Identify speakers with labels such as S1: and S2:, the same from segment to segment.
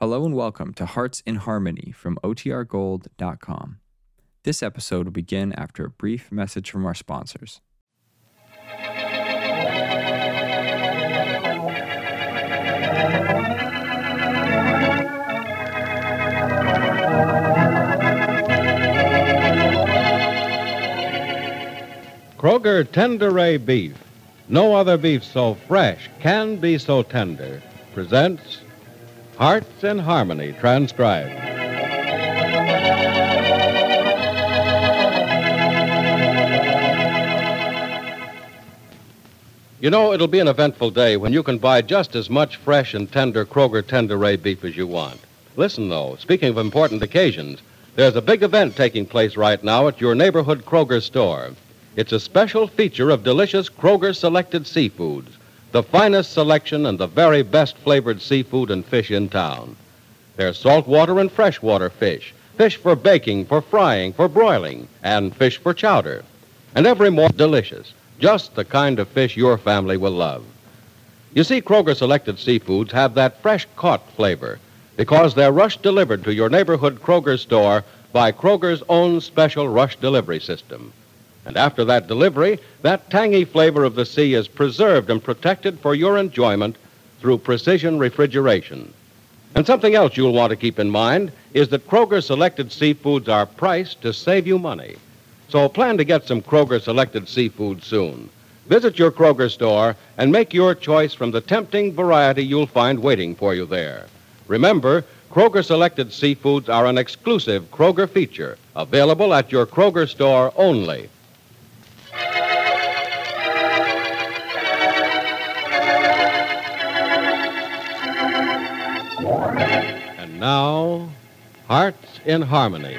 S1: Hello and welcome to Hearts in Harmony from OTRGold.com. This episode will begin after a brief message from our sponsors.
S2: Kroger Tenderay Beef. No other beef so fresh can be so tender. Presents Hearts in Harmony, transcribed. You know, it'll be an eventful day when you can buy just as much fresh and tender Kroger Tenderay beef as you want. Listen, though, speaking of important occasions, there's a big event taking place right now at your neighborhood Kroger store. It's a special feature of delicious Kroger selected seafoods, the finest selection and the very best flavored seafood and fish in town. There's saltwater and freshwater fish, fish for baking, for frying, for broiling, and fish for chowder. And every more delicious, just the kind of fish your family will love. You see, Kroger selected seafoods have that fresh caught flavor because they're rush delivered to your neighborhood Kroger store by Kroger's own special rush delivery system. And after that delivery, that tangy flavor of the sea is preserved and protected for your enjoyment through precision refrigeration. And something else you'll want to keep in mind is that Kroger selected seafoods are priced to save you money. So plan to get some Kroger selected seafood soon. Visit your Kroger store and make your choice from the tempting variety you'll find waiting for you there. Remember, Kroger selected seafoods are an exclusive Kroger feature, available at your Kroger store only. And now, Hearts in Harmony.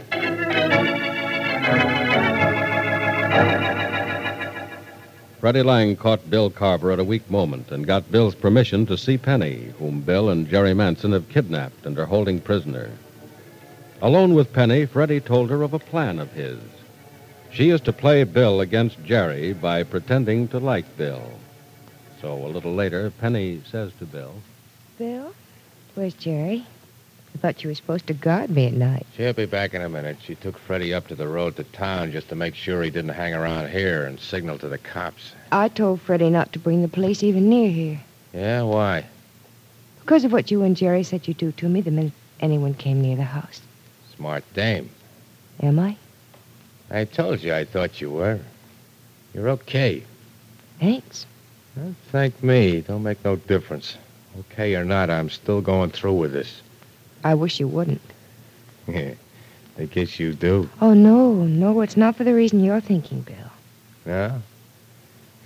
S2: Freddie Lang caught Bill Carver at a weak moment and got Bill's permission to see Penny, whom Bill and Jerry Manson have kidnapped and are holding prisoner. Alone with Penny, Freddie told her of a plan of his. She is to play Bill against Jerry by pretending to like Bill. So a little later, Penny says to Bill,
S3: Bill? Where's Jerry? I thought you were supposed to guard me at night.
S4: She'll be back in a minute. She took Freddie up to the road to town just to make sure he didn't hang around here and signal to the cops.
S3: I told Freddie not to bring the police even near here.
S4: Yeah, why?
S3: Because of what you and Jerry said you'd do to me the minute anyone came near the house.
S4: Smart dame.
S3: Am I?
S4: I told you I thought you were. You're okay.
S3: Thanks.
S4: Don't thank me. Don't make no difference. Okay or not, I'm still going through with this.
S3: I wish you wouldn't.
S4: I guess you do.
S3: Oh, no, no, it's not for the reason you're thinking, Bill.
S4: No?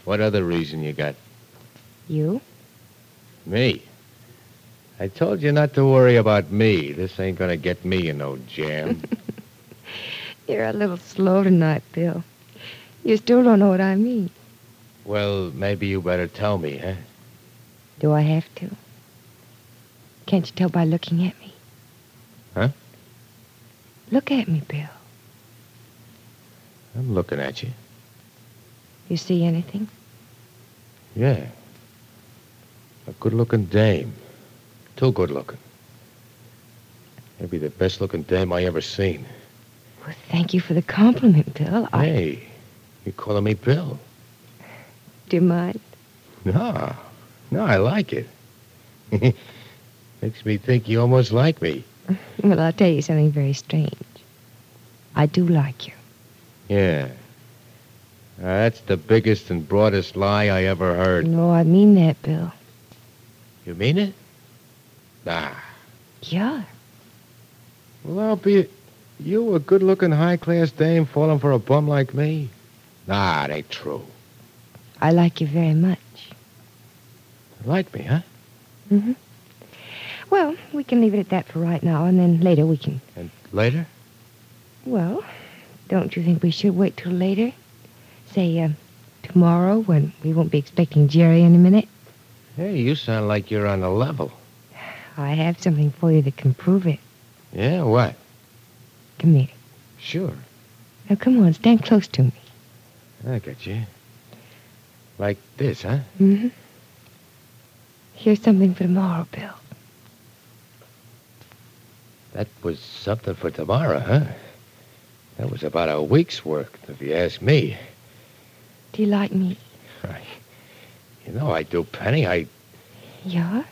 S4: What other reason you got?
S3: You?
S4: Me. I told you not to worry about me. This ain't gonna get me in no jam.
S3: You're a little slow tonight, Bill. You still don't know what I mean.
S4: well, maybe you better tell me, huh?
S3: Do I have to? Can't you tell by looking at me?
S4: Huh?
S3: Look at me, Bill.
S4: I'm looking at you.
S3: You see anything?
S4: Yeah. A good looking dame. Too good looking. Maybe the best looking dame I ever seen.
S3: Well, thank you for the compliment, Bill. I
S4: Hey, you calling me Bill?
S3: do you mind.
S4: No. No, I like it. Makes me think you almost like me.
S3: Well, I'll tell you something very strange. I do like you.
S4: Yeah. Uh, that's the biggest and broadest lie I ever heard.
S3: No, I mean that, Bill.
S4: You mean it? Nah.
S3: Yeah.
S4: Well, I'll be. You a good looking high class dame falling for a bum like me? Nah, it ain't true.
S3: I like you very much.
S4: Like me, huh?
S3: Well, we can leave it at that for right now, and then later we can.
S4: Later?
S3: Well, don't you think we should wait till later? Say, uh, tomorrow when we won't be expecting Jerry in a minute?
S4: Hey, you sound like you're on a level.
S3: I have something for you that can prove it.
S4: Yeah, what?
S3: Come here.
S4: Sure.
S3: Now, come on, stand close to me.
S4: I got you. Like this, huh?
S3: Mm-hmm. Here's something for tomorrow, Bill.
S2: That was something for tomorrow, huh? That was about a week's work, if you ask me.
S3: Do you like me?
S2: You know I do, Penny. I
S3: Yeah?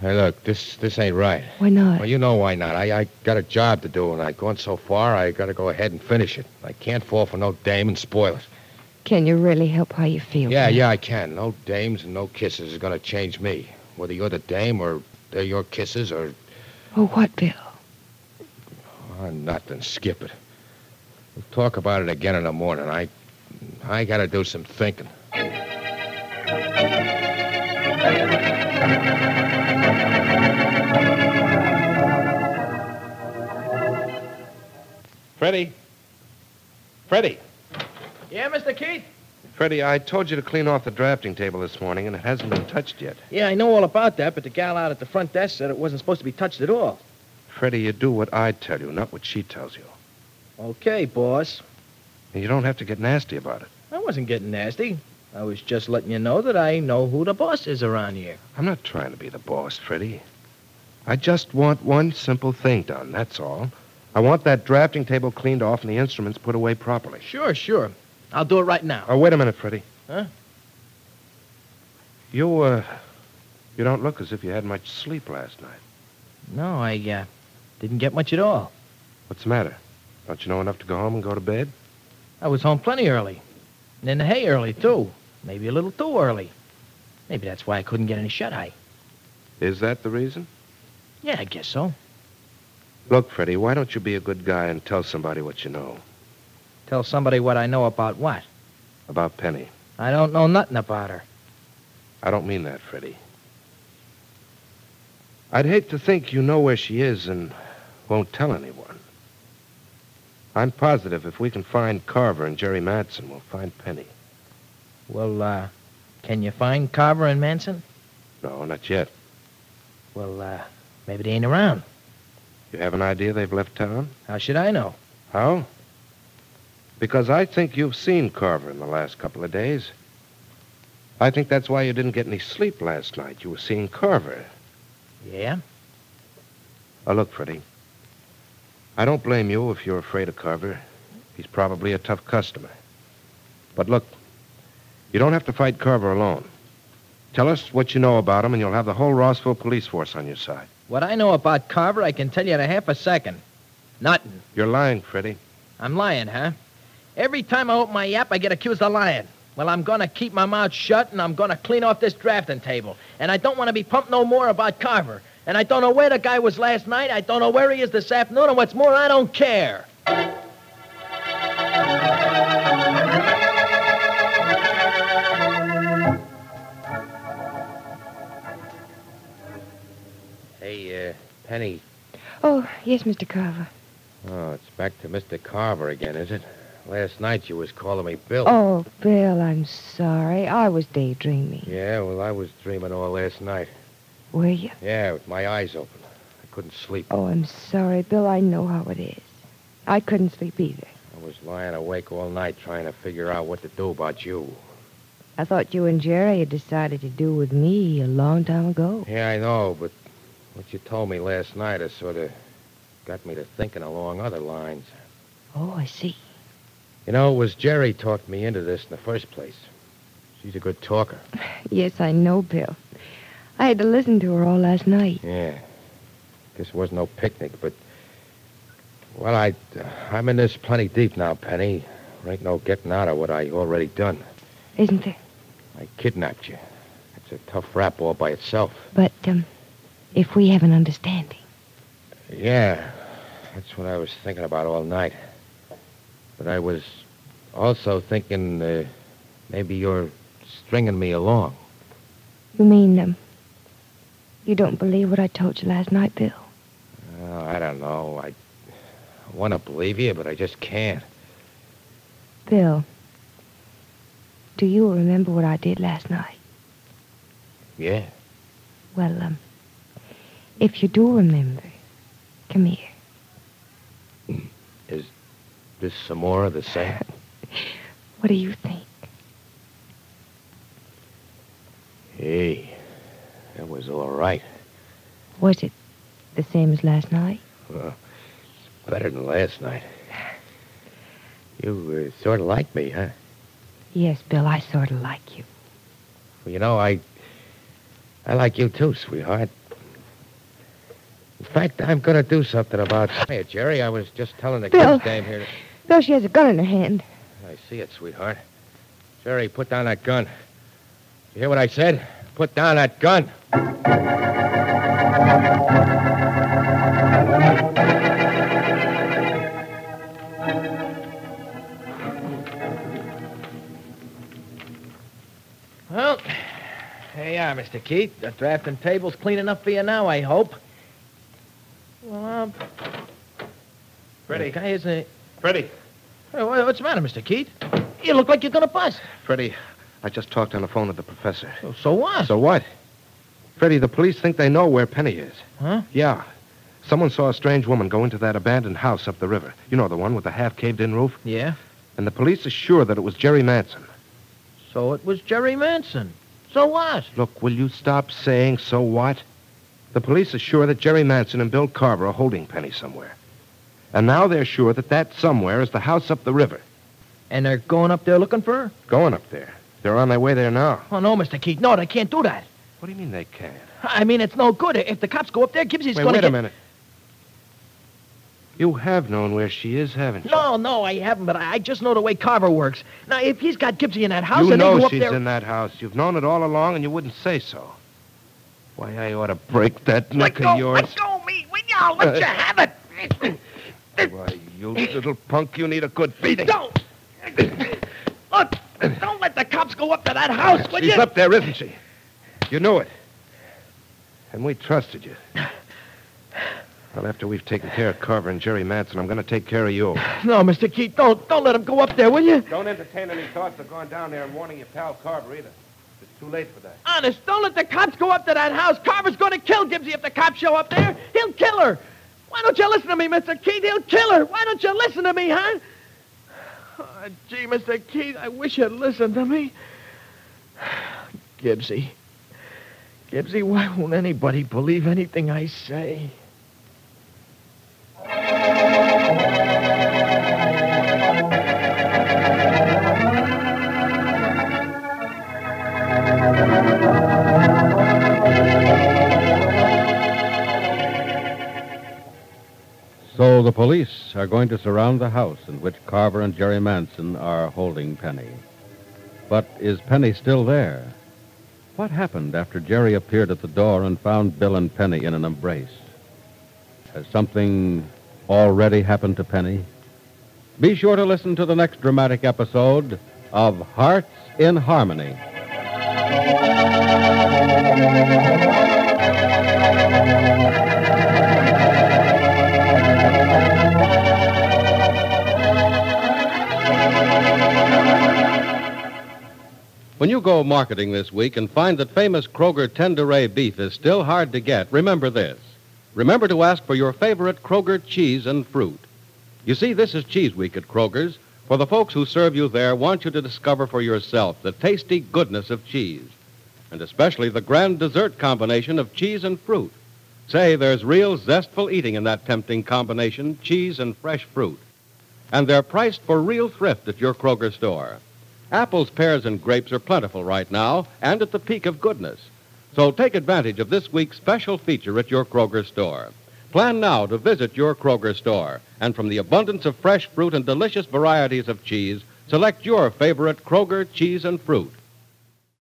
S2: hey, look, this this ain't right.
S3: Why not?
S2: Well, you know why not. I, I got a job to do, and I've gone so far, I got to go ahead and finish it. I can't fall for no dame and spoil it.
S3: Can you really help how you feel?
S2: Yeah,
S3: Pat?
S2: yeah, I can. No dames and no kisses is going to change me. Whether you're the dame or they're your kisses or,
S3: Oh, what, Bill?
S2: or nothing, skip it. We'll talk about it again in the morning. I, I got to do some thinking.
S5: Freddie. Freddie.
S6: Yeah, Mr. Keith?
S5: Freddie, I told you to clean off the drafting table this morning, and it hasn't been touched yet.
S6: Yeah, I know all about that, but the gal out at the front desk said it wasn't supposed to be touched at all.
S5: Freddie, you do what I tell you, not what she tells you.
S6: Okay, boss.
S5: And you don't have to get nasty about it.
S6: I wasn't getting nasty. I was just letting you know that I know who the boss is around here.
S5: I'm not trying to be the boss, Freddie. I just want one simple thing done, that's all. I want that drafting table cleaned off and the instruments put away properly.
S6: Sure, sure. I'll do it right now.
S5: Oh, wait a minute, Freddie.
S6: Huh?
S5: You, uh, you don't look as if you had much sleep last night.
S6: No, I uh, didn't get much at all.
S5: What's the matter? Don't you know enough to go home and go to bed?
S6: I was home plenty early. And in the hay early, too. Maybe a little too early. Maybe that's why I couldn't get any shut eye.
S5: Is that the reason?
S6: Yeah, I guess so.
S5: Look, Freddie, why don't you be a good guy and tell somebody what you know
S6: Tell somebody what I know about what.
S5: about Penny?
S6: I don't know nothing about her.
S5: I don't mean that, Freddie. I'd hate to think you know where she is and won't tell anyone. I'm positive if we can find Carver and Jerry Matson, we'll find Penny.
S6: Well, uh, can you find Carver and Manson?
S5: No, not yet.
S6: Well, uh, maybe they ain't around.
S5: You have an idea they've left town?
S6: How should I know?
S5: How? Because I think you've seen Carver in the last couple of days. I think that's why you didn't get any sleep last night. You were seeing Carver.
S6: Yeah?
S5: Oh, look, Freddie. I don't blame you if you're afraid of Carver. He's probably a tough customer. But look, you don't have to fight Carver alone. Tell us what you know about him, and you'll have the whole Rossville police force on your side.
S6: What I know about Carver, I can tell you in a half a second. Nothing.
S5: You're lying, Freddie.
S6: I'm lying, huh? Every time I open my yap, I get accused of lying. Well, I'm gonna keep my mouth shut, and I'm gonna clean off this drafting table. And I don't wanna be pumped no more about Carver. And I don't know where the guy was last night, I don't know where he is this afternoon, and what's more, I don't care.
S2: Hey, uh, Penny.
S3: Oh, yes, Mr. Carver.
S2: Oh, it's back to Mr. Carver again, is it? Last night you was calling me Bill.
S3: Oh, Bill, I'm sorry. I was daydreaming.
S2: Yeah, well, I was dreaming all last night.
S3: Were you?
S2: Yeah, with my eyes open. I couldn't sleep.
S3: Oh, I'm sorry, Bill. I know how it is. I couldn't sleep either.
S2: I was lying awake all night trying to figure out what to do about you.
S3: I thought you and Jerry had decided to do with me a long time ago.
S2: Yeah, I know, but what you told me last night has sort of got me to thinking along other lines.
S3: Oh, I see.
S2: You know, it was Jerry talked me into this in the first place. She's a good talker.
S3: Yes, I know, Bill. I had to listen to her all last night.
S2: Yeah. This was no picnic, but well, I I'm in this plenty deep now, Penny. There ain't no getting out of what I already done.
S3: Isn't there?
S2: I kidnapped you. It's a tough rap all by itself.
S3: But, um, if we have an understanding.
S2: Yeah, that's what I was thinking about all night. But I was also thinking uh, maybe you're stringing me along.
S3: You mean, um, you don't believe what I told you last night, Bill?
S2: Oh, I don't know. I want to believe you, but I just can't.
S3: Bill, do you remember what I did last night?
S2: Yeah.
S3: Well, um, if you do remember, come here.
S2: This some more of the same.
S3: What do you think?
S2: Hey, that was all right.
S3: Was it the same as last night?
S2: Well, it's better than last night. You uh, sort of like me, huh?
S3: Yes, Bill, I sort of like you.
S2: Well, you know, I. I like you too, sweetheart. In fact, I'm going to do something about it, Jerry. I was just telling the
S3: Bill.
S2: kids down here.
S3: Bill, she has a gun in her hand.
S2: I see it, sweetheart. Jerry, put down that gun. You hear what I said? Put down that gun.
S6: Well, there you are, Mr. Keith. The drafting table's clean enough for you now, I hope. Well, um.
S7: Freddie.
S6: The guy isn't.
S7: Freddie,
S6: Hey, wha- What's the matter, Mr. Keith? You look like you're gonna bust.
S2: Freddie, I just talked on the phone to the professor.
S6: Well, so what?
S2: So what? Freddie, the police think they know where Penny is.
S6: Huh?
S2: Yeah. Someone saw a strange woman go into that abandoned house up the river. You know, the one with the half caved in roof?
S6: yeah.
S2: And the police are sure that it was Jerry Manson.
S6: So it was Jerry Manson. So what?
S2: Look, will you stop saying so what? The police are sure that Jerry Manson and Bill Carver are holding Penny somewhere. And now they're sure that that somewhere is the house up the river.
S6: And they're going up there looking for her?
S2: Going up there. They're on their way there now.
S6: Oh no, Mr. Keith. No, they can't do that.
S2: What do you mean they can't?
S6: I mean, it's no good. If the cops go up there, Gibbsy's
S2: wait,
S6: gonna
S2: wait
S6: get...
S2: a minute. You have known where she is, haven't you?
S6: No, no, I haven't, but I I just know the way Carver works. Now, if he's got Gibbsy in that house
S2: you
S6: and they go
S2: know
S6: up
S2: she's
S6: there...
S2: in that house. You've known it all along, and you wouldn't say so. Why, I ought to break that
S6: Let
S2: neck
S6: go,
S2: of yours.
S6: let go, me. Will you? I'll let you have it.
S2: Why, you little punk, you need a good beating.
S6: Don't. Look, don't let the cops go up to that house, will
S2: She's
S6: you?
S2: up there, isn't she? You knew it. And we trusted you. Well, after we've taken care of Carver and Jerry Manson, I'm going to take care of you.
S6: No, Mr. Keith, don't, don't let him go up there, will you?
S2: Don't entertain any thoughts of going down there and warning your pal Carver either. It's too late for that.
S6: Honest, don't let the cops go up to that house. Carver's going to kill Gibbsy if the cops show up there. He'll kill her. Why don't you listen to me, Mr. Keith? He'll kill her. Why don't you listen to me, huh? Oh, gee, Mr. Keith, I wish you'd listen to me. Gibbsy. Gibbsy, why won't anybody believe anything I say?
S5: So the police are going to surround the house in which Carver and Jerry Manson are holding Penny. But is Penny still there? What happened after Jerry appeared at the door and found Bill and Penny in an embrace? Has something already happened to Penny? Be sure to listen to the next dramatic episode of Hearts in Harmony. When you go marketing this week and find that famous Kroger Tenderay beef is still hard to get, remember this. Remember to ask for your favorite Kroger cheese and fruit. You see, this is Cheese Week at Kroger's, for the folks who serve you there want you to discover for yourself the tasty goodness of cheese, and especially the grand dessert combination of cheese and fruit. Say, there's real zestful eating in that tempting combination, cheese and fresh fruit. And they're priced for real thrift at your Kroger store. Apples, pears, and grapes are plentiful right now and at the peak of goodness. So take advantage of this week's special feature at your Kroger store. Plan now to visit your Kroger store, and from the abundance of fresh fruit and delicious varieties of cheese, select your favorite Kroger cheese and fruit.